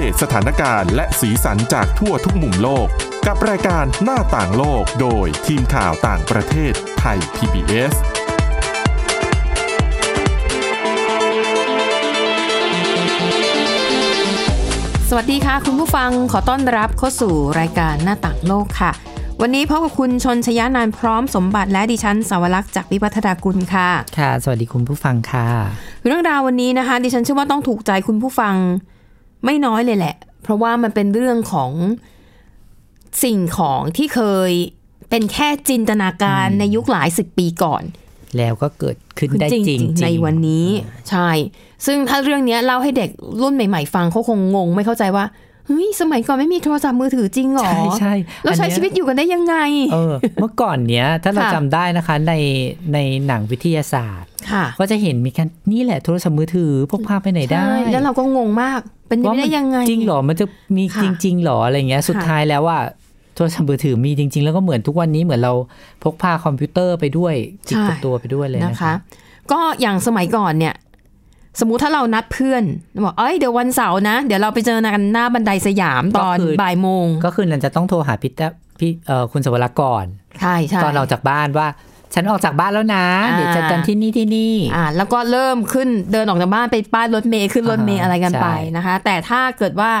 ดตสถานการณ์และสีสันจากทั่วทุกมุมโลก กับรายการหน้าต่างโลกโดยทีมข่าวต่างประเทศไทย PBS สวัสดีค่ะ คุณผู้ฟังขอต้อนรับเข้าสู่รายการหน้าต่างโลกค่ะ วันนี้พบกับคุณชนชยานานท์พร้อมสมบัติและดิฉันสาวรักษ์จากวิวัฒนากุลค่ะ ค่ะ สวัสดีคุณผู้ฟังค่ะ เรื่องราววันนี้นะคะ ดิฉันเชื่อว่าต้องถูกใจคุณผู้ฟังไม่น้อยเลยแหละ เพราะว่ามันเป็นเรื่องของสิ่งของที่เคยเป็นแค่จินตนาการในยุคหลายสิบปีก่อน แล้วก็เกิดขึ้นได้จริงๆ ในวันนี้ใช่ ซึ่งถ้าเรื่องเนี้ยเล่าให้เด็กรุ่นใหม่ ๆ ฟังเขาคงงง ไม่เข้าใจว่าเฮ้ยสมัยก่อนไม่มีโทรศัพท์มือถือจริงเหรอ ใช่ใช่ แล้วใช้ อันเนี้ย ชีวิตอยู่กันได้ยังไง เออ เมื่อก่อนเนี้ย ถ้าเรา ค่ะ จำได้นะคะในในหนังวิทยาศาสตร์ ค่ะ ก็จะเห็นมีกันนี่แหละโทรศัพท์มือถือพกพาไปไหนได้ ใช่แล้วเราก็งงมากเป็นไป ว่ามั ได้ น ยังไง จริงเหรอมันจะมี ค่ะ จริงๆเหรออะไรเงี้ยสุด ค่ะ ท้ายแล้วว่าโทรศัพท์มือถือมีจริง ๆ แล้วก็เหมือนทุกวันนี้เหมือนเราพกพาคอมพิวเตอร์ไปด้วยจิกกับตัวไปด้วยเลย นะ นะคะ ก็อย่างสมัยก่อนเนี่ย สมมุติถ้าเรานัดเพื่อนบอกเอ้ยเดี๋ยววันเสาร์นะ เดี๋ยวเราไปเจอกันหน้าบันไดสยามตอนบ่ายโมง ก็คือนันจะต้องโทรหาพี่แต้วพี่เอ่อคุณสวรรค์ก่อน ใช่ใช่ ตอนออกจากบ้านว่า ฉันออกจากบ้านแล้วนะ อ่า เดี๋ยวเจอกันที่นี่ที่นี่ อ่าแล้วก็เริ่มขึ้นเดินออกจากบ้านไปป้ายรถเมย์ขึ้นรถเมย์ อ่า อะไรกัน ใช่ ไปนะคะ แต่ถ้าเกิดว่า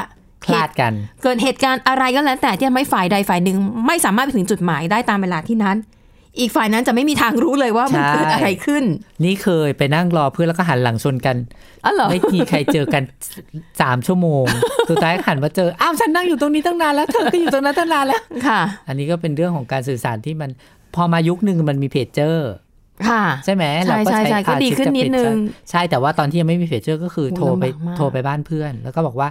คลาด เหตุ กัน เกิดเหตุการณ์อะไรก็แล้วแต่ที่ทำให้ฝ่ายใดฝ่ายหนึ่งไม่สามารถไปถึงจุดหมายได้ตามเวลาที่นั้น อีกฝ่ายนั้นจะไม่มีทางรู้เลยว่ามัน ใช่ เกิดอะไรขึ้น นี่เคยไปนั่งรอเพื่อนแล้วก็หันหลังชนกัน อ๋อเหรอ ไม่มีใครเจอกัน สามชั่วโมง สุดท้ายหันมาเจอ อ้าวฉันนั่งอยู่ตรงนี้ตั้งนานแล้วเธอก็อยู่ตรงนั้นตั้งนานแล้ว ค่ะ อันนี้ก็เป็นเรื่องของการสื่อสารที่มันพอมายุคหนึ่งมันมีเพจเจอร์ ค่ะ ใช่ไหม ใช่ เราก็ ใช่ใช่ก็ อาชีพ ดีขึ้น จาก นิด เพจ นึง เจอร์ใช่แต่ว่าตอนที่ยังไม่มีเพจเจอร์ก็คือ โอ้ โทรไป ลำบากมาก โทรไปบ้านเพื่อน แล้วก็บอกว่า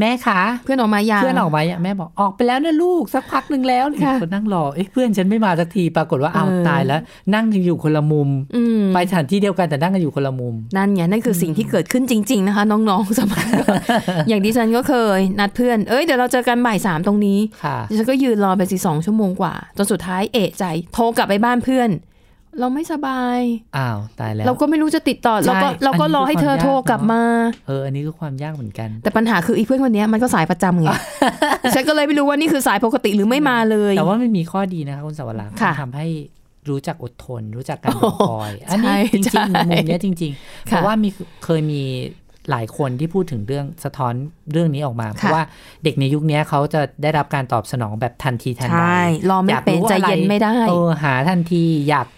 แม่คะ เพื่อนออกมายัง เพื่อนออกมาเนี่ยแม่บอกออกไปแล้วนะลูกสักพักหนึ่งแล้ว ค่ะ คนนั่งรอเอ้ยเพื่อนฉันไม่มาสักทีปรากฏว่าอ้าว เออ ตายแล้ว นั่งกันอยู่คนละมุม อืม ไปสถานที่เดียวกันแต่นั่งกันอยู่คนละมุม นั่นไงนั่นคือสิ่งที่เกิดขึ้นจริง ๆ นะคะ น้องๆส มัยก่อน อย่างดิฉันก็เคย นัดเพื่อน เอ้ยเดี๋ยวเราเจอกันบ่ายสามตรงนี้ ค่ะ ดิฉันก็ยืนรอไปสิสองชั่วโมงกว่า จนสุดท้ายเอะใจ โทรกลับไปบ้านเพื่อน เราไม่สบาย อ้าวตายแล้ว เราก็ไม่รู้จะติดต่อ เราก็ ใช่ เราก็ อันรนี้อให้ คือ เธอ ความยาก โทรกลับมา เอออันนี้คือความยากเหมือนกัน แต่ปัญหาคืออีเพื่อนคนเนี้ยมันก็สายประจำไง ดิฉันก็เลยไม่รู้ว่านี่คือสายปกติหรือไม่มาเลย แต่ว่ามันมีข้อดีนะคะคุณสวรักษ์ ค่ะ มันทำให้รู้จักอดทน รู้จักการรอคอย อัน ใช่ นี้จริ ใช่ งๆในมุมเนี้ยจริง ๆ เพราะว่ามีเคยมีหลายคนที่พูดถึงเรื่องสะท้อนเรื่องนี้ออกมา เพราะ ค่ะ ว่าเด็กในยุคเนี้ยเขาจะได้รับการตอบสนองแบบทันทีทัน ใช ใด ่รอไม่เป็นใจเย็นไม่ได้ เออหาทันทีอยาก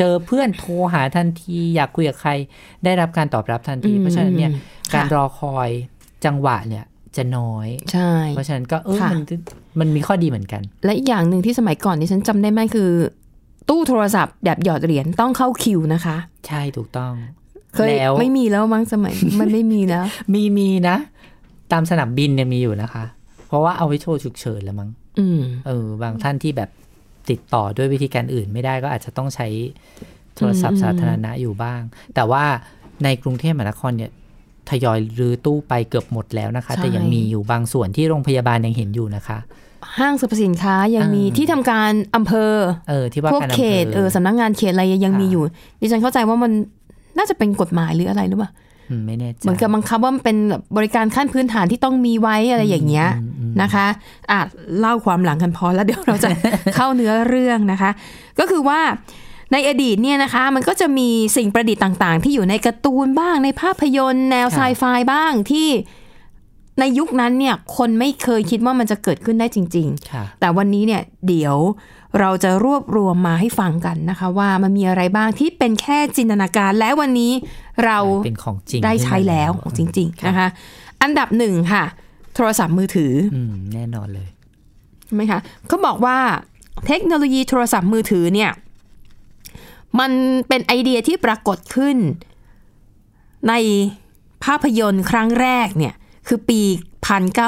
เจอเพื่อนโทรหาทันที อยากคุยกับใคร ได้รับการตอบรับทันที อืม เพราะฉะนั้นเนี่ย อืมค่ะ การรอคอยจังหวะเนี่ยจะน้อย ใช่ เพราะฉะนั้นก็เออ ค่ะ มันมันมีข้อดีเหมือนกัน และอีกอย่างหนึ่งที่สมัยก่อนที่ฉันจำได้แม่นคือ ตู้โทรศัพท์แบบหยอดเหรียญต้องเข้าคิวนะคะ ใช่ถูกต้อง เคย แล้ว ไม่มีแล้วมั้งสมัย มันไม่มีแล้ว มีมีนะ ตามสนามบินเนี่ยมีอยู่นะคะ เพราะว่าเอาไว้โชว์ฉุกเฉินแล้วมั้ง อืม เออบางท่านที่แบบติดต่อด้วยวิธีการอื่นไม่ได้ก็อาจจะต้องใช้โทรศัพท์สาธารณะอยู่บ้าง แต่ว่าในกรุงเทพมหานครเนี่ย ทยอยรื้อตู้ไปเกือบหมดแล้วนะคะ ใช่ แต่ยังมีอยู่บางส่วนที่โรงพยาบาลยังเห็นอยู่นะคะ ห้างสรรพสินค้ายังมี อ่า ที่ทำการอำเภอ เออที่ว่า พวก การอำ เข เภ ตเออ อ สำนักงานเขตอะไรยังมีอยู่ ดิฉันเข้าใจว่ามันน่าจะเป็นกฎหมายหรืออะไรหรือเปล่า อืมไม่แน่ใจ เหมือนกับบังคับว่ามันเป็นแบบบริการขั้นพื้นฐานที่ต้องมีไว้อะไรอย่างเงี้ย อืมอืม นะคะอ่ะเล่าความหลังกันพอแล้วเดี๋ยว เราจะ เข้าเนื้อเรื่องนะคะ ก็คือว่าในอดีตเนี่ยนะคะ มันก็จะมีสิ่งประดิษฐ์ต่างๆ ที่อยู่ในการ์ตูนบ้าง ในภาพยนตร์แนว ค่ะ ไซไฟบ้างที่ในยุคนั้นเนี่ยคนไม่เคยคิดว่ามันจะเกิดขึ้นได้จริง ๆ ค่ะ แต่วันนี้เนี่ยเดี๋ยวเราจะรวบรวมมาให้ฟังกันนะคะ ว่ามันมีอะไรบ้างที่เป็นแค่จินตนาการและวันนี้เรา เป็นของจริง ได้ใช้แล้ว ขึ้นมา จริง ๆ นะคะ อันดับหนึ่งค่ะ โทรศัพท์มือถือ อืมแน่นอนเลย ใช่ไหมคะเขาบอกว่าเทคโนโลยีโทรศัพท์มือถือเนี่ย มันเป็นไอเดียที่ปรากฏขึ้น ในภาพยนตร์ครั้งแรกเนี่ย คือปี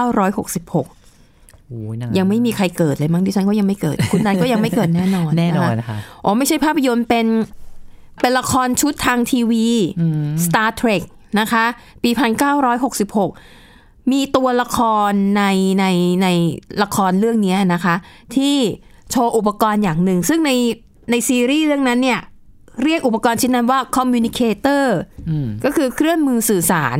1966 โอ้ยนาน ยังไม่มีใครเกิดเลยมั้งดิฉันก็ยังไม่เกิด คุณนันก็ยังไม่เกิดแน่นอน แน่นอนะคะ นะคะ อ๋อ ไม่ใช่ภาพยนตร์เป็นเป็นละครชุดทางทีวี Star Trek นะคะ ปี 1966 มีตัวละครในในในละครเรื่องนี้นะคะ ที่โชว์อุปกรณ์อย่างหนึ่ง ซึ่งในในซีรีส์เรื่องนั้นเนี่ย เรียกอุปกรณ์ชิ้นนั้นว่า Communicator อืม ก็คือเครื่องมือสื่อสาร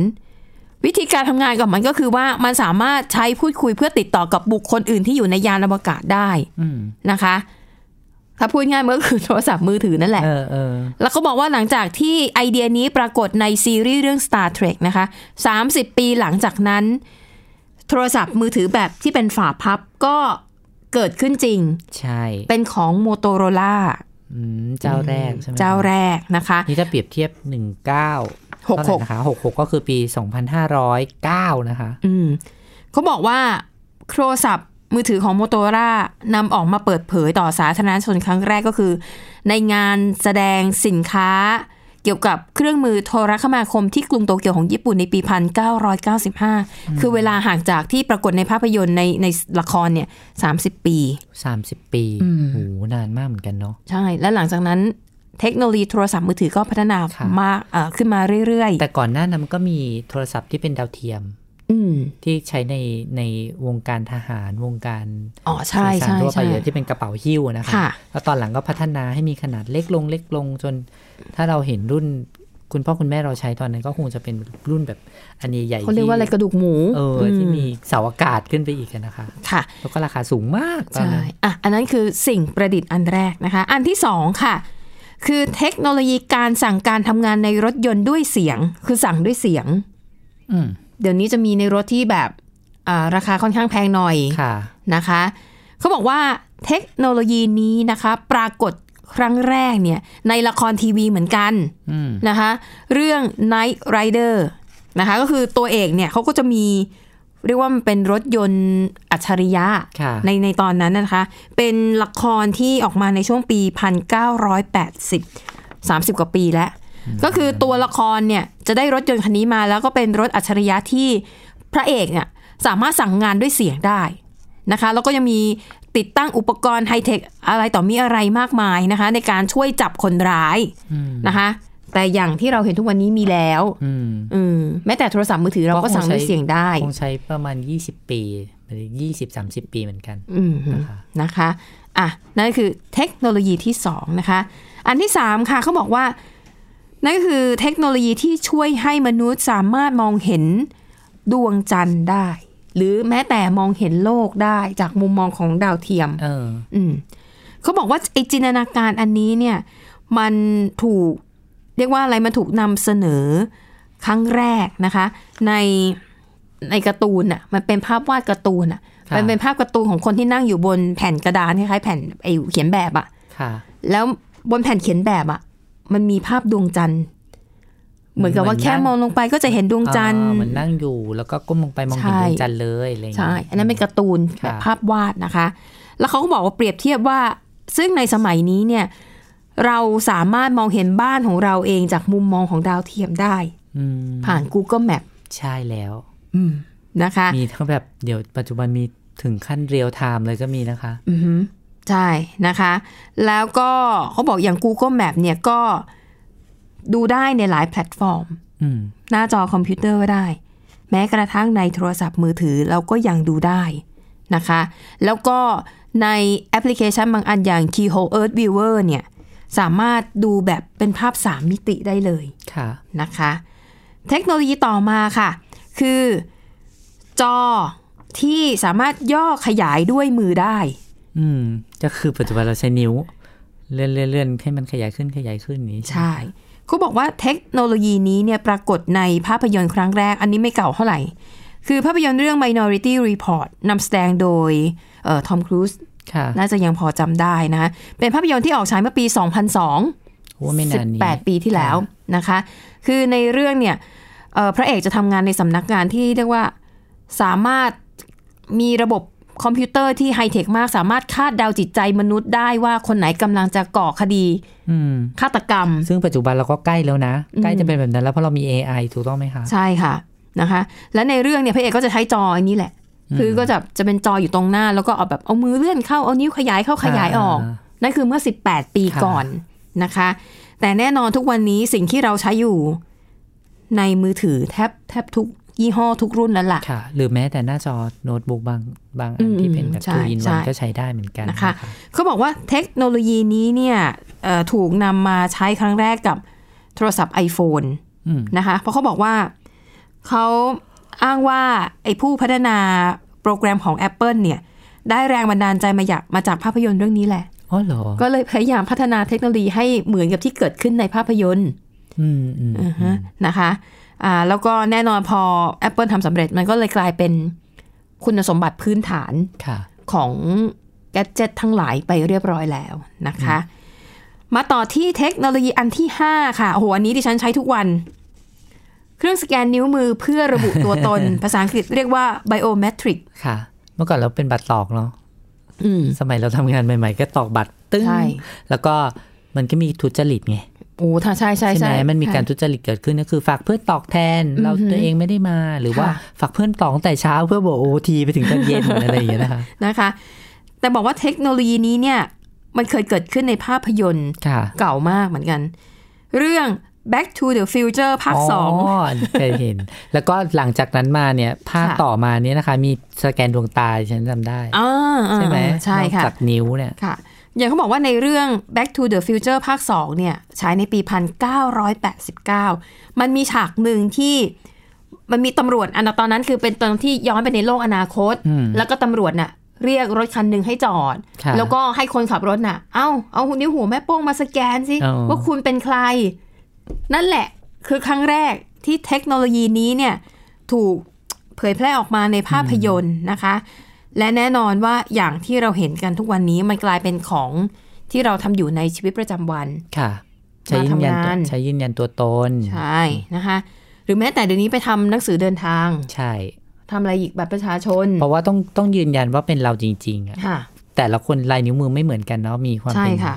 วิธีการทำงานกับมันก็คือว่ามันสามารถใช้พูดคุยเพื่อติดต่อกับบุคคลอื่นที่อยู่ในยานอวกาศได้ อืม นะคะ ถ้าพูดง่ายมันก็คือโทรศัพท์มือถือนั่นแหละ เออเออ แล้วก็บอกว่าหลังจากที่ไอเดียนี้ปรากฏในซีรีส์เรื่อง Star Trek นะคะ 30 ปีหลังจากนั้น โทรศัพท์มือถือแบบที่เป็นฝาพับก็เกิดขึ้นจริง ใช่ เป็นของ Motorola อืมเจ้าแรกใช่ไหม เจ้าแรกนะคะ นี่ถ้าเปรียบเทียบหนึ่งเก้า 66 นะคะหกหกก็คือปีสองพันห้าร้อยเก้านะคะ อืมเขาบอกว่าโทรศัพท์มือถือของ Motorola นำออกมาเปิดเผยต่อสาธารณชนครั้งแรกก็คือ ในงานแสดงสินค้า เกี่ยวกับเครื่องมือโทรคมนาคมที่กรุงโตเกียวของญี่ปุ่นในปี 1995 คือเวลาห่างจากที่ปรากฏในภาพยนตร์ในในละครเนี่ย 30 ปี สามสิบปีโหนานมากเหมือนกันเนาะ ใช่ และหลังจากนั้นเทคโนโลยีโทรศัพท์มือถือก็พัฒนา ครับ มากเอ่อขึ้นมาเรื่อย แต่ก่อนหน้านั้นมันก็มีโทรศัพท์ที่เป็นดาวเทียม ๆอืม ที่ใช้ในในวงการทหารวงการ อ๋อใช่ สื่อสาร ใช่ ทั่วไป ใช่ เยอะที่เป็นกระเป๋าหิ้วนะคะ ค่ะ แล้วตอนหลังก็พัฒนาให้มีขนาดเล็กลงเล็กลงจน ถ้าเราเห็นรุ่นคุณพ่อคุณแม่เราใช้ตอนนั้นก็คงจะเป็นรุ่นแบบอันใหญ่ๆ เขาเรียกว่าอะไรกระดูกหมู เอออที่ ม มีเสาอากาศขึ้นไปอีกอะนะคะ ค่ะ แล้วก็ราคาสูงมากตอน ใช่ นั้น อ่ะ อันนั้นคือสิ่งประดิษฐ์อันแรกนะคะ อันที่สองค่ะ คือเทคโนโลยีการสั่งการทำงานในรถยนต์ด้วยเสียง คือสั่งด้วยเสียง อืม เดี๋ยวนี้จะมีในรถที่แบบอ่าราคาค่อนข้างแพงหน่อย ค่ะ นะคะ เขาบอกว่าเทคโนโลยีนี้นะคะ ปรากฏครั้งแรกเนี่ยในละครทีวีเหมือนกัน อืม นะคะเรื่อง Night Rider นะคะก็คือตัวเอกเนี่ยเขาก็จะมีเรียกว่ามันเป็นรถยนต์อัจฉริยะ ค่ะ ในในตอนนั้นนะคะ เป็นละครที่ออกมาในช่วงปี 1980 30 กว่าปีแล้ว ก็คือตัวละครเนี่ยจะได้รถยนต์คันนี้มาแล้วก็เป็นรถอัจฉริยะที่พระเอกเนี่ยสามารถสั่งงานด้วยเสียงได้นะคะ แล้วก็ยังมีติดตั้งอุปกรณ์ไฮเทคอะไรต่อมีอะไรมากมายนะคะ ในการช่วยจับคนร้าย อืม นะคะ แต่อย่างที่เราเห็นทุกวันนี้มีแล้ว อืม อืมแม้แต่โทรศัพท์มือถือเราก็สั่งด้วยเสียงได้ คงใช้ประมาณ 20 ปีหรือ20 30 ปีเหมือนกัน อืม นะคะ นะคะอ่ะนั่นคือเทคโนโลยีที่สองนะคะ อันที่สามค่ะเขาบอกว่า นั่นก็คือเทคโนโลยีที่ช่วยให้มนุษย์สามารถมองเห็นดวงจันทร์ได้ หรือแม้แต่มองเห็นโลกได้จากมุมมองของดาวเทียม เออ อืมเขาบอกว่าไอจินตนาการอันนี้เนี่ย มันถูกเรียกว่าอะไรมันถูกนำเสนอครั้งแรกนะคะ ในในการ์ตูนอ่ะมันเป็นภาพวาดการ์ตูนอ่ะ ค่ะ มันเป็นภาพการ์ตูนของคนที่นั่งอยู่บนแผ่นกระดานคล้ายๆแผ่นไอเขียนแบบอ่ะ ค่ะ แล้วบนแผ่นเขียนแบบอ่ะ มันมีภาพดวงจันทร์ เหมือนกับว่าแค่มองลงไปก็จะเห็นดวงจันทร์ อ่าเหมือนนั่งอยู่แล้วก็ก้มลงไปมองเห็น ใช่ ดวงจันทร์เลยอะไรอย่างเงี้ ใช่ ย อันนั้นเป็นการ์ตูน ค่ะ แบบภาพวาดนะคะ แล้วเขาก็บอกว่าเปรียบเทียบว่า ซึ่งในสมัยนี้เนี่ย เราสามารถมองเห็นบ้านของเราเองจากมุมมองของดาวเทียมได้ อืม ผ่าน Google Map ใช่แล้ว นะคะ มีทั้งแบบเดี๋ยวปัจจุบันมีถึงขั้นเรียลไทม์เลยก็มีนะคะ อือหือใช่นะคะ แล้วก็เขาบอกอย่าง Google Map เนี่ยก็ดูได้ในหลายแพลตฟอร์ม อืม หน้าจอคอมพิวเตอร์ก็ได้ แม้กระทั่งในโทรศัพท์มือถือเราก็ยังดูได้นะคะ แล้วก็ในแอปพลิเคชันบางอันอย่าง Keyhole Earth Viewer เนี่ยสามารถดูแบบเป็นภาพ 3 มิติได้เลย ค่ะ นะคะ เทคโนโลยีต่อมาค่ะ คือจอที่สามารถย่อขยายด้วยมือได้ อืมก็คือปัจจุบันเราใช้นิ้ว เลื่อนเลื่อนเลื่อนให้มันขยายขึ้นขยายขึ้นนี้ ใช่เขาบอกว่าเทคโนโลยีนี้เนี่ยปรากฏในภาพยนตร์ครั้งแรก อันนี้ไม่เก่าเท่าไหร่ คือภาพยนตร์เรื่อง Minority Report นำแสดงโดยทอมครูซ ค่ะ น่าจะยังพอจำได้นะ เป็นภาพยนตร์ที่ออกฉายเมื่อปี 2002 ว่าไม่นานนี้ 18 ปีที่แล้วนะคะ คือในเรื่องเนี่ยเอ่อพระเอกจะทำงานในสำนักงานที่เรียกว่าสามารถมีระบบคอมพิวเตอร์ที่ไฮเทคมาก สามารถคาดเดาจิตใจมนุษย์ได้ว่าคนไหนกำลังจะก่อคดี อืม ฆาตกรรม ซึ่งปัจจุบันเราก็ใกล้แล้วนะ ใกล้จะเป็นแบบนั้นแล้วเพราะเรามี AI ถูกต้องไหมคะ ใช่ค่ะนะคะ และในเรื่องเนี่ยพระเอกก็จะใช้จออันนี้แหละ คือก็จะจะเป็นจออยู่ตรงหน้า แล้วก็เอาแบบเอามือเลื่อนเข้าเอานิ้วขยายเข้าขยายออก อ่า นั่นคือเมื่อ 18 ปี ค่ะ ก่อนนะคะ แต่แน่นอนทุกวันนี้สิ่งที่เราใช้อยู่ในมือถือแทบแทบทุกยี่ห้อทุกรุ่นแล้วล่ะ ค่ะ หรือแม้แต่หน้าจอโน้ตบุ๊กบางบางอันที่เป็นแบบ ใช่ ทูอินวัน ใช่ ก็ใช้ได้เหมือนกัน นะคะเขาบอกว่าเทคโนโลยีนี้เนี่ยเอ่อถูกนำมาใช้ครั้งแรกกับโทรศัพท์ iPhone อืม นะคะ เพราะเขาบอกว่า เขาอ้างว่าไอ้ผู้พัฒนาโปรแกรมของ Apple เนี่ย ได้แรงบันดาลใจมาจากมาจากภาพยนตร์เรื่องนี้แหละ อ๋อเหรอ ก็เลยพยายามพัฒนาเทคโนโลยีให้เหมือนกับที่เกิดขึ้นในภาพยนตร์ อืมอืม อือฮะนะคะอ่าแล้วก็แน่นอนพอ Apple ทำสำเร็จมันก็เลยกลายเป็นคุณสมบัติพื้นฐาน ค่ะ ของแก d เจ t ทั้งหลายไปเรียบร้อยแล้วนะคะ มาต่อที่เทคโนโลยีอันที่ 5 ค่ะ โอ้โห อันนี้ดิฉันใช้ทุกวัน เครื่องสแกนนิ้วมือเพื่อระบุตัวตน ภาษาอังกฤษเรียกว่า biometric ค่ะ เมื่อก่อนเราเป็นบัตรตอกเนาะ อืม สมัยเราทำงานใหม่ ๆ ก็ตอกบัตรตึ้ง ใช่ แล้วก็มันก็มีทุจริตไง โอ้ถ้าใช่ใช่ ใช่ ใช่ ไหมมันมีการทุจริตเกิดขึ้นก็คือ ฝากเพื่อนตอกแทน เราตัวเองไม่ได้มา หรือว่า ค่ะ ฝากเพื่อนตอกตั้งแต่เช้าเพื่อบอกโอทีไปถึงตอนเย็น อะไรอย่างเงี้ยนะคะ นะคะ แต่บอกว่าเทคโนโลยีนี้เนี่ย มันเคยเกิดขึ้นในภาพยนตร์ ค่ะ เก่ามากเหมือนกัน เรื่อง Back to the Future ภาคสอง เคยเห็น แล้วก็หลังจากนั้นมาเนี่ยภาค ค่ะ ต่อมาเนี่ยนะคะ มีสแกนดวงตาฉันจำได้ อ่า ใช่ไหม ใช่ค่ะ นอกจากนิ้วเนี่ย ค่ะ อย่างเขาบอกว่าในเรื่อง Back to the Future ภาค 2 เนี่ยใช้ในปี 1989 มันมีฉากหนึ่งที่มันมีตำรวจอันตอนนั้นคือเป็นตอนที่ย้อนไปในโลกอนาคต แล้วก็ตำรวจน่ะ เรียกรถคันหนึ่งให้จอด ค่ะ แล้วก็ให้คนขับรถน่ะ เอาเอานิ้วหัวแม่โป้งมาสแกนสิ เอา ว่าคุณเป็นใคร นั่นแหละ คือครั้งแรกที่เทคโนโลยีนี้เนี่ย ถูกเผยแพร่ออกมาในภาพยนตร์นะคะ และแน่นอนว่าอย่างที่เราเห็นกันทุกวันนี้มันกลายเป็นของที่เราทำอยู่ในชีวิตประจำวัน ค่ะ ใช้ยืนยันตัมาทำวงาน ใช้ยืนยันตัวตน ใช่นะคะ หรือแม้แต่เดี๋ยวนี้ไปทำหนังสือเดินทาง ใช่ ทำอะไรอีกบัตรประชาชน เพราะว่าต้องต้องยืนยันว่าเป็นเราจริงๆอะ ค่ะ แต่ละคนลายนิ้วมือไม่เหมือนกันเนาะมีความ ใช่ เป็น ค่ะ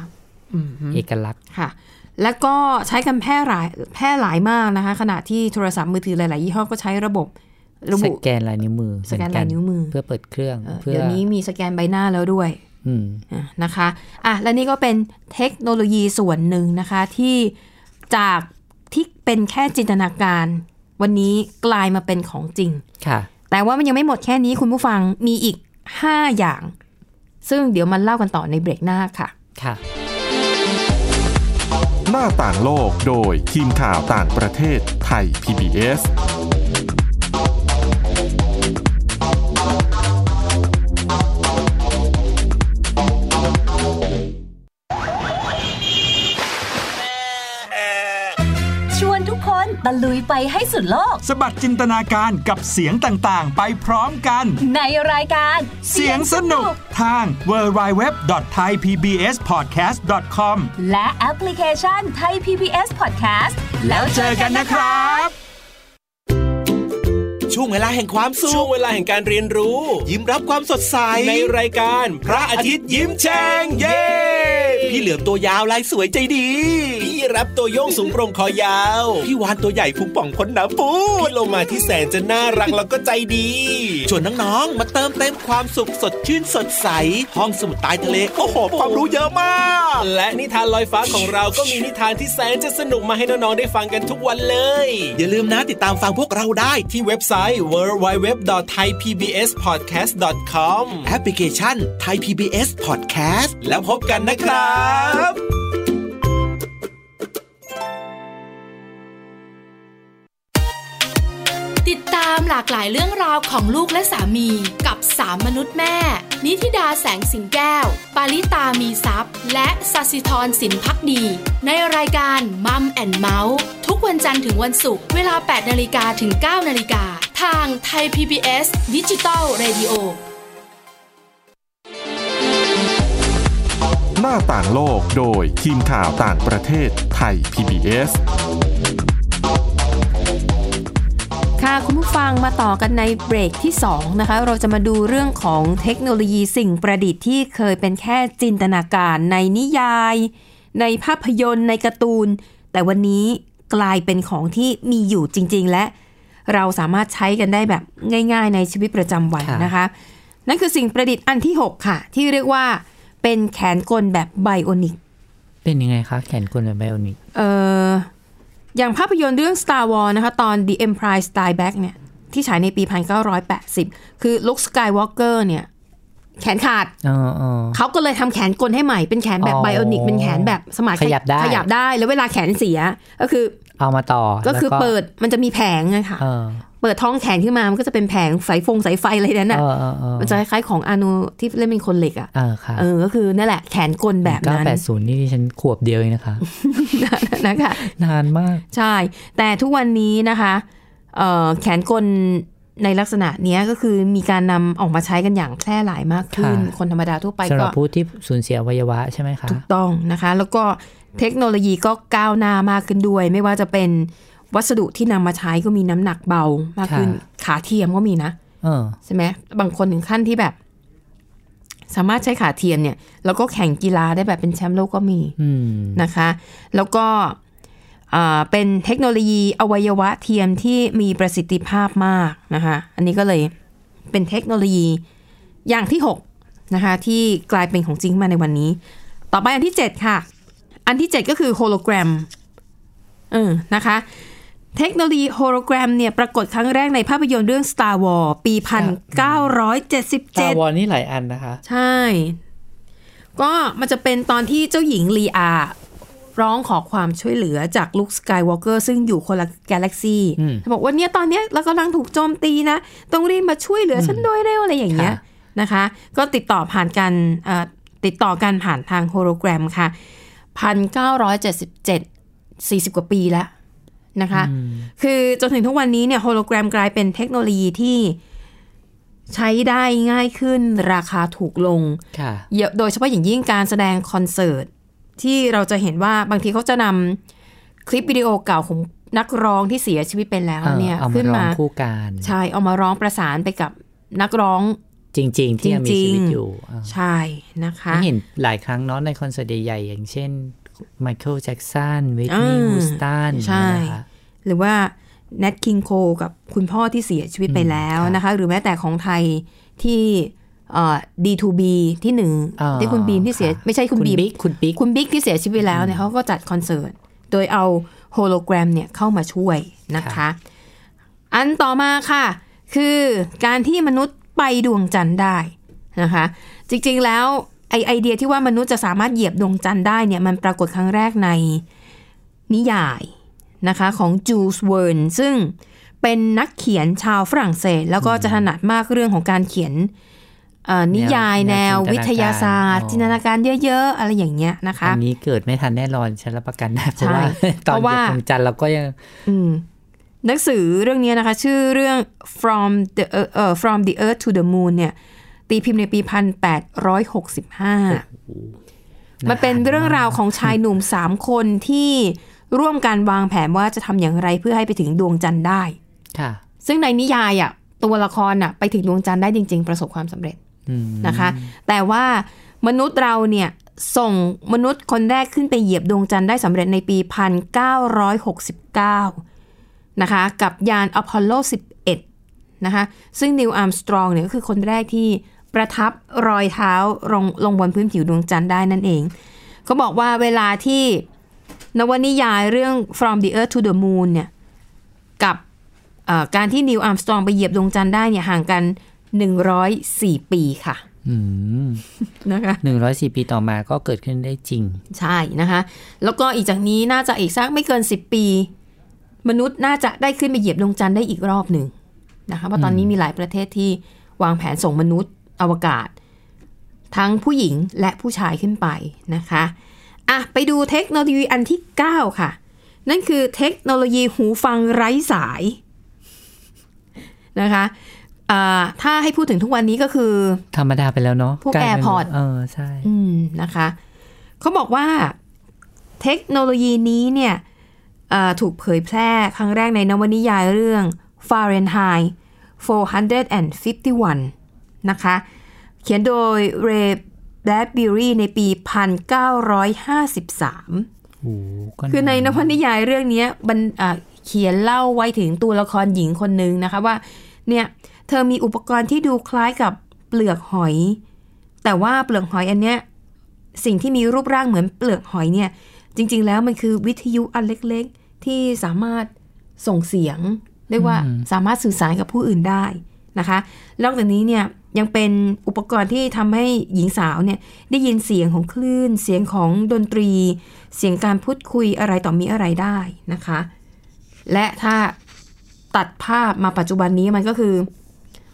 อืม เอกลักษณ์ ค่ะ แล้วก็ใช้กันแพร่หลายแพร่หลายมากนะคะ ขณะที่โทรศัพท์มือถือหลาย ๆ ยี่ห้อก็ใช้ระบบระ ส บุ แกนลายนิ้วมือเหมือ สแกนลายนิ้วมือ เพื่อเปิดเครื่อง เอ่อ เพื่อ เดี๋ยวนี้มีสแกนใบหน้าแล้วด้วย อืม อ่ะนะคะอ่ะและนี่ก็เป็นเทคโนโลยีส่วนหนึ่งนะคะที่จากที่เป็นแค่จินตนาการ วันนี้กลายมาเป็นของจริง ค่ะ แต่ว่ามันยังไม่หมดแค่นี้คุณผู้ฟังมีอีก 5 อย่าง ซึ่งเดี๋ยวมันเล่ากันต่อในเบรกหน้าค่ะ ค่ะ หน้าต่างโลกโดยทีมข่าวต่างประเทศไทย PBS ชวนทุกคนตะลุยไปให้สุดโลก สบัดจินตนาการกับเสียงต่างๆ ไปพร้อมกัน ในรายการ เสียงสนุกทาง www.thaipbspodcast.com และแอปพลิเคชันไทย PBS Podcast แล้วเจ เจ อ อ กั กัน น นะ นะ ค ค รั รับ บ ช่วงเวลาแห่งความสุ ช่ว ข งเวลาแห่งการเรียนรู้ ยิ้มรับความสดใส ในรายการพระอาทิตย์ยิ้มแฉ่งเย้ พี่เหลือมตัวยาวลายสวยใจดี พี่รับตัวโยงสูงโปร่งคอยาว พี่วานตัวใหญ่พุงป่องพ้นน้ำปู พี่โลมาที่แสนจะน่ารักแล้วก็ใจดี ชวนน้องๆ มาเติมเต็มความสุขสดชื่นสดใส ห้องสมุดใต้ทะเล โอ้โห ความรู้เยอะมาก และนิทานลอยฟ้าของเราก็มีนิทานที่แสนจะสนุกมาให้น้องๆได้ฟังกันทุกวันเลย อย่าลืมนะติดตามฟังพวกเราได้ ที่เว็บไซต์ www.thaipbspodcast.com แอปพลิเคชันไทย PBS Podcast แล้วพบกันนะครับ ติดตามหลากหลายเรื่องราวของลูกและสามีกับสามมนุษย์แม่ นิธิดาแสงสิงแก้ว ปาริตามีซัพย์ และสัสิธรสินพักดี ในรายการมัมแอนเมาส์ทุกวันจันทร์ถึงวันศุกร์เวลา 8นาฬิกาถึง 9นาฬิกาทางไทย PBS ดิจิตอล Radio หน้าต่างโลกโดยทีมข่าวต่างประเทศไทย PBS ค่ะ คุณผู้ฟังมาต่อกันในเบรกที่ 2 นะคะ เราจะมาดูเรื่องของเทคโนโลยีสิ่งประดิษฐ์ที่เคยเป็นแค่จินตนาการในนิยาย ในภาพยนตร์ในการ์ตูน แต่วันนี้กลายเป็นของที่มีอยู่จริง ๆ และเราสามารถใช้กันได้แบบง่าย ๆ ในชีวิตประจำวัน ค่ะ นะคะ นั่นคือสิ่งประดิษฐ์อันที่ 6 ค่ะ ที่เรียกว่าเป็นแขนกลแบบไบโอนิก เป็นยังไงคะ แขนกลแบบไบโอนิก เอ่ออย่างภาพยนตร์เรื่อง Star Wars นะคะ ตอน The Empire Strikes Back เนี่ย ที่ฉายในปี 1980 คือ Luke Skywalker เนี่ย แขนขาด อ๋ออ๋อ เขาก็เลยทำแขนกลให้ใหม่เป็นแขนแบบ อ๋อ ไบโอนิก เป็นแขนแบบสมัย ขยับได้ ขยับได้ แล้วเวลาแขนเสีย ก็คือ เอามาต่อ ก็คือเปิดมันจะมีแผงอะค่ะ เออ เปิดท้องแขนขึ้นมามันก็จะเป็นแผงสายฟงสายไฟอะไรนั้นอะ เออเออเออ มันจะคล้ายๆของอาโนุที่เล่นเป็นคนเหล็กอะ เออค่ะ เออก็คือนั่นแหละแขนกลแบบนั้น เก้าแปดศูนย์นี่ดิฉันขวบเดียวเองนะคะ นะคะ นานมาก ใช่ แต่ทุกวันนี้นะคะเอ่อแขนกลในลักษณะเนี้ยก็คือมีการนำออกมาใช้กันอย่างแพร่หลายมากขึ้น ค่ะ คนธรรมดาทั่วไป สำห ก็ รับผู้ที่สูญเสียอวัยวะใช่ไหมคะ ถูกต้องนะคะ แล้วก็เทคโนโลยีก็ก้าวหน้ามากขึ้นด้วย ไม่ว่าจะเป็นวัสดุที่นำมาใช้ก็มีน้ำหนักเบามากขึ้น ค่ะ ขาเทียมก็มีนะ เออ ใช่ไหมบางคนถึงขั้นที่แบบ สามารถใช้ขาเทียมเนี่ย แล้วก็แข่งกีฬาได้แบบเป็นแชมป์โลกก็มี อืม นะคะ แล้วก็อ่าเป็นเทคโนโลยีอวัยวะเทียมที่มีประสิทธิภาพมากนะคะ อันนี้ก็เลยเป็นเทคโนโลยีอย่างที่ 6 นะคะ ที่กลายเป็นของจริงมาในวันนี้ ต่อไปอันที่ 7 ค่ะ อันที่ 7 ก็คือโฮโลแกรมเออนะคะ เทคโนโลยีโฮโลแกรมเนี่ยปรากฏครั้งแรกในภาพยนตร์เรื่อง Star Wars ปี 1977 ตาวอลนี่หลายอันนะคะ ใช่ ก็มันจะเป็นตอนที่เจ้าหญิงลีอาร้องขอความช่วยเหลือจากลุคสกายวอล์กเกอร์ซึ่งอยู่คนละกาแล็กซี อืม บอกว่าเนี่ยตอนเนี้ยเรากำลังถูกโจมตีนะ ต้องรีบมาช่วยเหลืออฉันโดยเร็วอะไรอย่างเงี้ย ค่ะ นะคะ ก็ติดต่อผ่านกันเอ่อติดต่อกันผ่านทางโฮโลแกรมค่ะ 1977 40 กว่าปีแล้วนะคะ คือจนถึงทุกวันนี้เนี่ยโฮโลแกรมกลายเป็นเทคโนโลยีที่ใช้ได้ง่ายขึ้นราคาถูกลง ค่ะ เยอะโดยเฉพาะอย่างยิ่งการแสดงคอนเสิร์ต ที่เราจะเห็นว่าบางทีเขาจะนำคลิปวิดีโอเก่าของนักร้องที่เสียชีวิตไปแล้ว เออ เนี่ย เอามา ขึ้น ร้อ มาง คู่กัน ใช่เอามาร้องประสานไปกับนักร้อง จริง ๆ ที่ยังมี จริงๆ ชีวิตอยู่เออ ใช่นะคะ นี่เห็นหลายครั้งเนาะในคอนเสิร์ตใหญ่ๆอย่างเช่นไมเคิลแจ็กสันวิทนีย์ อ่า ฮูสตัน ใช่ นะคะ หรือว่าแนทคิงโคกับคุณพ่อที่เสียชีวิตไปแล้วนะคะ หรือแม้แต่ของไทยที่เอ่อ D2B ที่หนึ่ง อ่า ที่คุณบีมที่เสีย ค่ะ ไม่ใช่คุณ คุณ บีม บิ๊กคุณบิ๊ก คุณบิ๊กที่เสียชีวิตไปแล้วเนี่ยเขาก็จัดคอนเสิร์ต โดยเอาโฮโลแกรมเนี่ยเข้ามาช่วยนะคะ อันต่อมาค่ะ คือการที่มนุษย์ไปดวงจันทร์ได้นะคะ จริงๆแล้วไอไอเดียที่ว่ามนุษย์จะสามารถเหยียบดวงจันทร์ได้เนี่ยมันปรากฏครั้งแรกในนิยายนะคะของจูสเวิร์นซึ่งเป็นนักเขียนชาวฝรั่งเศส แล้วก็จะถนัดมากเรื่องของการเขียนเอ่อนิยาย แน แน ว ว จินตนาการ วิทยาศาสต อ๋ ร์ อ จินตนาการเยอะๆ อะไรอย่างเงี้ยนะคะ อันนี้เกิดไม่ทันแน่นอนฉันรับประกันได้ใช่เพราะว่าตอน เพราะว่า เด็กของจันทร์เราก็ยัง อืมหนังสือเรื่องนี้นะคะ ชื่อเรื่อง from the เอ่อเอ่อ from the earth to the moon เนี่ย ตีพิมพ์ในปี 1865 มันเป็นเรื่องราวของชายหนุ่ม 3 คนที่ร่วมกันวางแผนว่าจะทำอย่างไรเพื่อให้ไปถึงดวงจันทร์ได้ ค่ะ ซึ่งในนิยายอ่ะตัวละครอ่ะไปถึงดวงจันทร์ได้จริง ๆ ประสบความสำเร็จนะคะ แต่ว่ามนุษย์เราเนี่ยส่งมนุษย์คนแรกขึ้นไปเหยียบดวงจันทร์ได้สำเร็จในปี 1969 นะคะกับยานอพอลโล 11 นะคะ ซึ่งนิวอาร์มสตรองเนี่ยก็คือคนแรกที่ประทับรอยเท้าลงลงบนพื้นผิวดวงจันทร์ได้นั่นเองเขาบอกว่าเวลาที่นวนิยายเรื่อง From the Earth to the Moon เนี่ยกับ เอ่อการที่นิวอาร์มสตรองไปเหยียบดวงจันทร์ได้เนี่ยห่างกัน 104 ปีค่ะ อืม นะคะ หนึ่งร้อยสี่ปีต่อมาก็เกิดขึ้นได้จริง ใช่นะคะ แล้วก็อีกจากนี้น่าจะอีกสักไม่เกิน 10 ปี มนุษย์น่าจะได้ขึ้นไปเหยียบดวงจันทร์ได้อีกรอบหนึ่งนะคะเพราะตอนนี้มีหลายประเทศที่วางแผนส่งมนุษย์อวกาศ ทั้งผู้หญิงและผู้ชายขึ้นไปนะคะอ่ะไปดูเทคโนโลยีอันที่ 9 ค่ะ นั่นคือเทคโนโลยีหูฟังไร้สาย นะคะอ่าถ้าให้พูดถึงทุกวันนี้ก็คือ ธรรมดาไปแล้วเนาะ พวก ารเป็น AirPod เออ ใช่ อืมนะคะเขาบอกว่าเทคโนโลยีนี้เนี่ยเอ่อถูกเผยแพร่ครั้งแรกในนวนิยายเรื่อง Fahrenheit 451 นะคะ เขียนโดย Ray Bradbury ในปี 1953 โอ้โหก็ คือในนวนิยายเรื่องเนี้ยมันอ่ะเขียนเล่าไว้ถึงตัวละครหญิงคนหนึ่งนะคะว่าเนี่ยเธอมีอุปกรณ์ที่ดูคล้ายกับเปลือกหอย แต่ว่าเปลือกหอยอันเนี้ยสิ่งที่มีรูปร่างเหมือนเปลือกหอยเนี่ยจริง ๆ แล้วมันคือวิทยุอันเล็กๆ ที่สามารถส่งเสียงเรียกว่าสามารถสื่อสารกับผู้อื่นได้นะคะนอกจากนี้เนี่ยยังเป็นอุปกรณ์ที่ทำให้หญิงสาวเนี่ยได้ยินเสียงของคลื่น เสียงของดนตรี เสียงการพูดคุยอะไรต่อมีอะไรได้นะคะ และถ้าตัดภาพมาปัจจุบันนี้มันก็คือ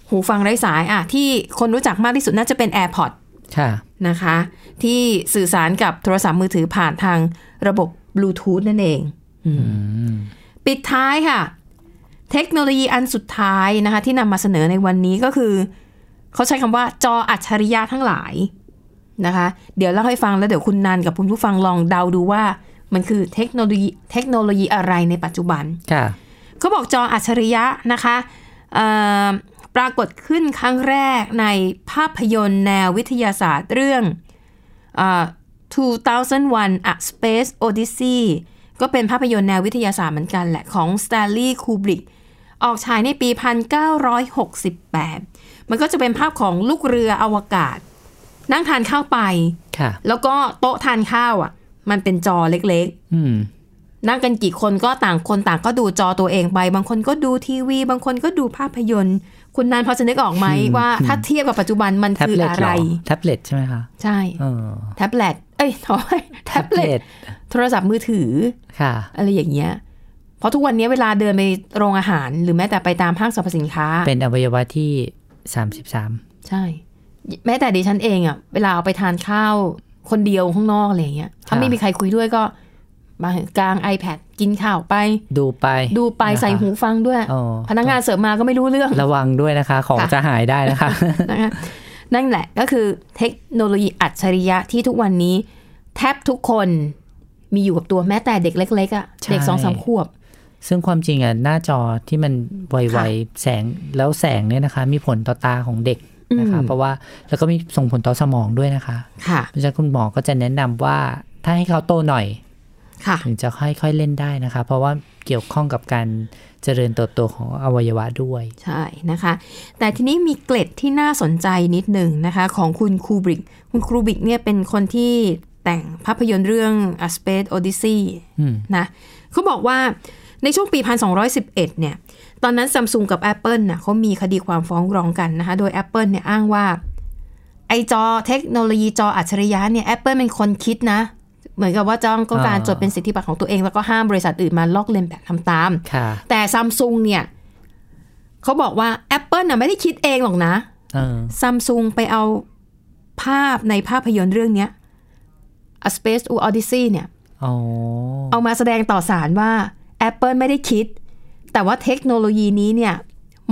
หูฟังไร้สายอ่ะที่คนรู้จักมากที่สุดน่าจะเป็น AirPods ค่ะ นะคะ ที่สื่อสารกับโทรศัพท์มือถือผ่านทางระบบบลูทูธนั่นเอง ปิดท้ายค่ะ เทคโนโลยีอันสุดท้ายนะคะ ที่นำมาเสนอในวันนี้ก็คือ เขาใช้คำว่าจออัจฉริยะทั้งหลายนะคะ เดี๋ยวเล่าให้ฟังแล้วเดี๋ยวคุณนันกับคุณผู้ฟังลองเดาดูว่า มันคือเทคโนโลยีเทคโนโลยีอะไรในปัจจุบัน ค่ะ เขาบอกจออัจฉริยะนะคะเอ่อปรากฏขึ้นครั้งแรกในภาพยนตร์แนววิทยาศาสตร์เรื่องเอ่อ2001 A Space Odyssey ก็เป็นภาพยนตร์แนววิทยาศาสตร์เหมือนกันแหละ ของ Stanley Kubrick ออกฉายในปี 1968 มันก็จะเป็นภาพของลูกเรืออวกาศ นั่งทานข้าวไป ค่ะ แล้วก็โต๊ะทานข้าวอ่ะ มันเป็นจอเล็กๆ อืม นั่งกันกี่คนก็ต่างคนต่างก็ดูจอตัวเองไป บางคนก็ดูทีวี บางคนก็ดูภาพยนตร์ คุณนันพอจะนึกออกไหมว่าถ้าเทียบกับปัจจุบันมัน แท็บ คือ เล็ต อะ เหร ไร อแท็บเล็ตใช่ไหมคะ ใช่ เออ แท็บเล็ตเอ้ยถอยแท็บเล็ตโทรศัพท์มือถือ ค่ะ อะไรอย่างเงี้ย เพราะทุกวันนี้เวลาเดินไปโรงอาหาร หรือแม้แต่ไปตามห้างสรรพสินค้า เป็นอวัยวะที่สามสิบสาม ใช่ แม้แต่ดิฉันเองอะ่ะ เวลาเอาไปทานข้าวคนเดียวข้างนอกอะไรอย่างเงี้ย ถ้าไม่มีใครคุยด้วยก็มากลาง iPad กินข้าวไป ดูไป ดูไป นะคะ ใส่หูฟังด้วย อ๋อ พนักงานเสิร์ฟมาก็ไม่รู้เรื่อง ระวังด้วยนะคะ ของ ค่ะ จะหายได้นะคะ นะคะนั่นแหละก็คือเทคโนโลยีอัจฉริยะที่ทุกวันนี้ แทบทุกคนมีอยู่กับตัวแม้แต่เด็กเล็กๆอะ่ะ ใช่ เด็กสองสามขวบ ซึ่งความจริงอ่ะหน้าจอที่มันไว ค่ะ ๆแสงแล้วแสงเนี่ยนะคะ มีผลต่อตาของเด็กนะคะ อืม เพราะว่าแล้วก็มีส่งผลต่อสมองด้วยนะคะ ค่ะ เพราะฉะนั้นคุณหมอก็จะแนะนำว่าถ้าให้เขาโตหน่อย ค่ะ ถึงจะค่อยๆเล่นได้นะคะ เพราะว่าเกี่ยวข้องกับการเจริญเติบโตของอวัยวะด้วย ใช่นะคะ แต่ทีนี้มีเกล็ดที่น่าสนใจนิดหนึ่งนะคะ ของคุณคูบริก คุณคูบริกเนี่ยเป็นคนที่แต่งภาพยนตร์เรื่อง A Space Odyssey อืม นะเขาบอกว่าในช่วงปี 1211 เนี่ย ตอนนั้นซัมซุงกับ Apple นะเขามีคดีความฟ้องร้องกันนะคะ โดย Apple เนี่ยอ้างว่า ไอจอเทคโนโลยีจออัจฉริยะเนี่ย Apple เป็นคนคิดนะ เหมือนกับว่าจ้องก็การ อ่า จดเป็นสิทธิบัตรของตัวเอง แล้วก็ห้ามบริษัทอื่นมาลอกเลียนแบบทำตาม ค่ะ แต่ซัมซุงเนี่ยเขาบอกว่า Apple น่ะไม่ได้คิดเองหรอกนะ เออ ซัมซุงไปเอาภาพในภาพยนตร์เรื่องเนี้ย A Space Odyssey เนี่ย อ๋อ เอามาแสดงต่อสารว่า Apple ไม่ได้คิด แต่ว่าเทคโนโลยีนี้เนี่ย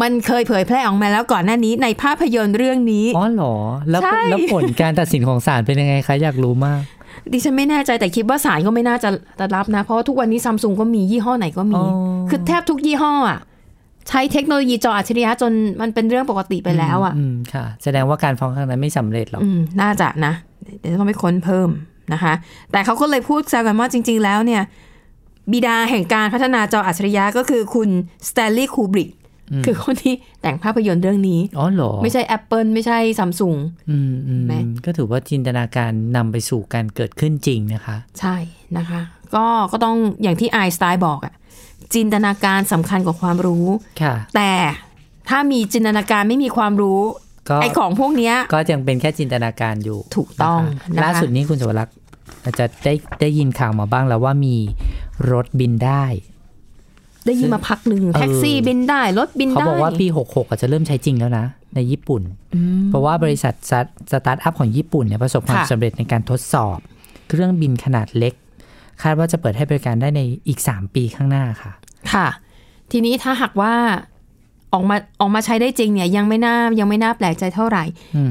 มันเคยเผยแพร่ออกมาแล้วก่อนหน้านี้ในภาพยนตร์เรื่องนี้ อ๋อเหรอ แล้ว ใช่ แล้วผลการตัดสินของศาลเป็นยังไงคะอยากรู้มาก ดิฉันไม่แน่ใจแต่คิดว่าสารก็ไม่น่าจะรับนะ เพราะว่าทุกวันนี้ซัมซุงก็มียี่ห้อไหนก็มี อ๋อ คือแทบทุกยี่ห้ออะใช้เทคโนโลยีจออัจฉริยะจนมันเป็นเรื่องปกติไปแล้วอ่ะ มค่ะ แสดงว่าการฟ้องครั้งนั้นไม่สำเร็จหรอก อืมน่าจะนะ เดี๋ยวต้องไปค้นเพิ่มนะคะ แต่เขาก็เลยพูดแซวกันว่าจริง ๆ แล้วเนี่ย บิดาแห่งการพัฒนาจออัจฉริยะก็คือคุณส t ต n ลีย์คูบริกคือคนที่แต่งภาพยนตร์เรื่องนี้ อ๋อเหรอ ไม่ใช่ Apple ไม่ใช่ซัมซุง อืมอืม ไหม ก็ถือว่าจินตนาการนำไปสู่การเกิดขึ้นจริงนะคะ ใช่นะคะ ก็ก็ต้องอย่างที่ไอน์สไตน์บอกอะจินตนาการสำคัญกว่าความรู้ ค่ะ แต่ถ้ามีจินตนาการไม่มีความรู้ ก็ ไอของพวกเนี้ย ก็ยังเป็นแค่จินตนาการอยู่ ถูกต้อง นะคะ นะคะ ล่าสุดนี้คุณสวรักษ์อาจจะได้ได้ยินข่าวมาบ้างแล้วว่ามีรถบินได้ ได้ยินมาพักหนึ่งแท็กซี่บินได้รถบิน เขา ได้ บอกว่าปี 66อาจจะเริ่มใช้จริงแล้วนะ ในญี่ปุ่น เพราะว่าบริษัทสตาร์ทสตาร์ทอัพของญี่ปุ่นเนี่ยประสบความ ค่ะ สำเร็จในการทดสอบ เครื่องบินขนาดเล็ก คาดว่าจะเปิดให้บริการได้ในอีก 3 ปีข้างหน้าค่ะ ค่ะ ทีนี้ถ้าหากว่าออกมาออกมาใช้ได้จริงเนี่ยยังไม่น่ายังไม่น่าแปลกใจเท่าไหร่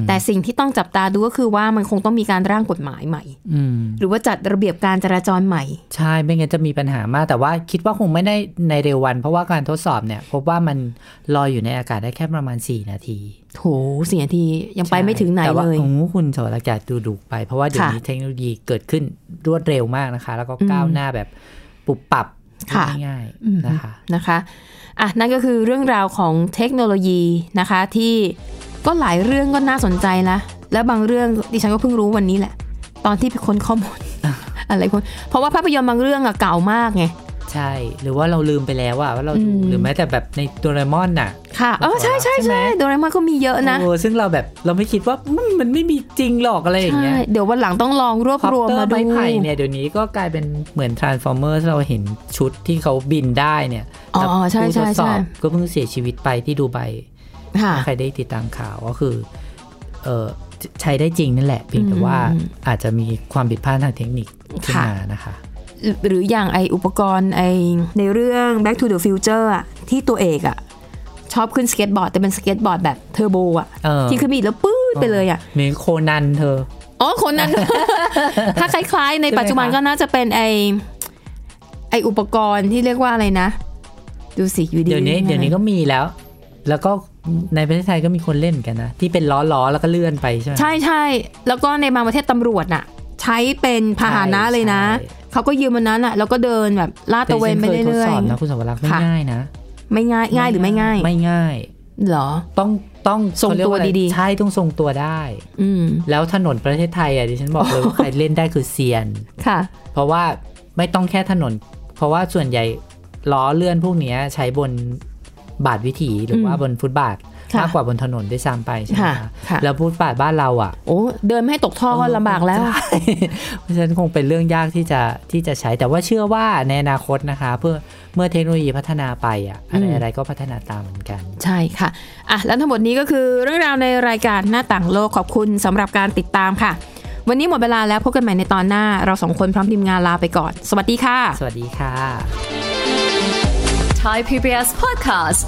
แต่สิ่งที่ต้องจับตาดูก็คือว่ามันคงต้องมีการร่างกฎหมายใหม่ อืม หรือว่าจัดระเบียบการจราจรใหม่ ใช่ไม่งั้นจะมีปัญหามาก แต่ว่าคิดว่าคงไม่ได้ในเร็ววัน เพราะว่าการทดสอบเนี่ย พบว่ามันลอยอยู่ในอากาศได้แค่ประมาณ 4 นาที โถเสียทียังไปไม่ถึงไหน ใช่แต่ว่า เลย โอ้โหคุณสวรักษ์อย่าดูดูไปเพราะว่าเดี๋ยวนี้ ค่ะ เทคโนโลยีเกิดขึ้นรวดเร็วมากนะคะ แล้วก็ก้าวหน้าแบบปุบปับ ค่ะ ง่ายๆนะคะ นะคะอ่ะนั่นก็คือเรื่องราวของเทคโนโลยีนะคะที่ก็หลายเรื่องก็น่าสนใจละแล้วบางเรื่องดิฉันก็เพิ่งรู้วันนี้แหละ ตอนที่ไปค้นข้อมู ล อะไรคนเพราะว่าภาพยนตร์บางเรื่องอะเก่ามากไง ใช่ หรือว่าเราลืมไปแล้วอะว่าเราดู อืม หรือแม้แต่แบบในตัวเรมอนน่ะ ค่ะเออใช่ใช่ใช่โดราเอมอนก็มีเยอะนะ โอ้ซึ่งเราแบบเราไม่คิดว่ามันมันไม่มีจริงหรอกอะไรอย่างเงี้ย ใช่เดี๋ยววันหลังต้องลองรวบ พับ รวม เตอ มา ร์ ดู ไม้ไผ่เนี่ยเดี๋ยวนี้ก็กลายเป็นเหมือน transformer ที่เราเห็นชุดที่เขาบินได้เนี่ย อ๋อใช่ ผู้ท ใช่ ดสอ ใช่ บก็เพิ่งเสียชีวิตไปที่ดูไบ ค่ะ ถ้าใครได้ติดตามข่าวก็คือเออใช้ได้จริงนั่นแหละเพียงแต่ว่าอาจจะมีความผิดพลาดทางเทคนิคขึ้น ค่ะ มานะคะ หรืออย่างไออุปกรณ์ไอในเรื่อง Back to the Future อะที่ตัวเอกอะชอบขึ้นสเก็ตบอร์ด แต่เป็นสเก็ตบอร์ดแบบเทอร์โบอะ เออ ที่ขึ้นไปอีกแล้วปื๊ดไปเลยอะ มีโคนันเธอ อ๋อคนนั้น ถ้าคล้ายๆ ใน ใช่ไหม ปัจจุบัน คะ ก็น่าจะเป็นไอไออุปกรณ์ที่เรียกว่าอะไรนะ ดูสิอยู่ดี เดี๋ยวนี้ ะ เดี๋ยวนี้ก็มีแล้ว แล้วก็ในประเทศไทยก็มีคนเล่นเหมือนกันนะ ที่เป็นล้อล้อๆแล้วก็เลื่อนไปใช่ไหม ใช่ใช่แล้วก็ในบางประเทศตำรวจน่ะ ใช้เป็นพาหนะ ใช่ เลยนะ ใช่ เขาก็ยืมมันนั้นอะแล้วก็เดินแบบลาดตระเวนไป แต่ดิฉันค เรื่อทดส ย อบนะคุณสมรักษ์ไม่ ค่ะ ง่ายนะ ๆ ไม่ง่ายง่ายหรือไม่ง่าย ไม่ง่าย เหรอ ต้องต้อง ทรง เขาเยกาอะไร ตัวดีๆ ใช่ต้องทรงตัวได้ อืม แล้วถนนประเทศไทยอ่ะดิฉัน บอกเลยว่าใครเล่นได้คือเซียน ค่ะ เพราะว่าไม่ต้องแค่ถนน เพราะว่าส่วนใหญ่ล้อเลื่อนพวกเนี้ยใช้บนบาดวิถีหรือว่า อืม บนฟุตบาท ค่ะ มากกว่าบนถนนด้วยซ้ำไปใช่ไหม ค่ะ คะ ค่ะ แล้วฟุตบาทบ้านเราอ่ะ โอ้เดินไม่ให้ตกท่อก็ลำบากแล้ว ใช่ เพราะฉะนั้นคงเป็นเรื่องยากที่จะที่จะใช้แต่ว่าเชื่อว่าในอนาคตนะคะ เพื่อเมื่อเทคโนโลยีพัฒนาไปอ่ะอะไร อืม อะไรก็พัฒนาตามเหมือนกัน ใช่ค่ะอ่ะ แล้วทั้งหมดนี้ก็คือเรื่องราวในรายการหน้าต่างโลกขอบคุณสำหรับการติดตามค่ะ วันนี้หมดเวลาแล้วพบกันใหม่ในตอนหน้า เราสองคนพร้อมทีมงานลาไปก่อน สวัสดีค่ะ สวัสดีค่ะ Thai PBS podcast.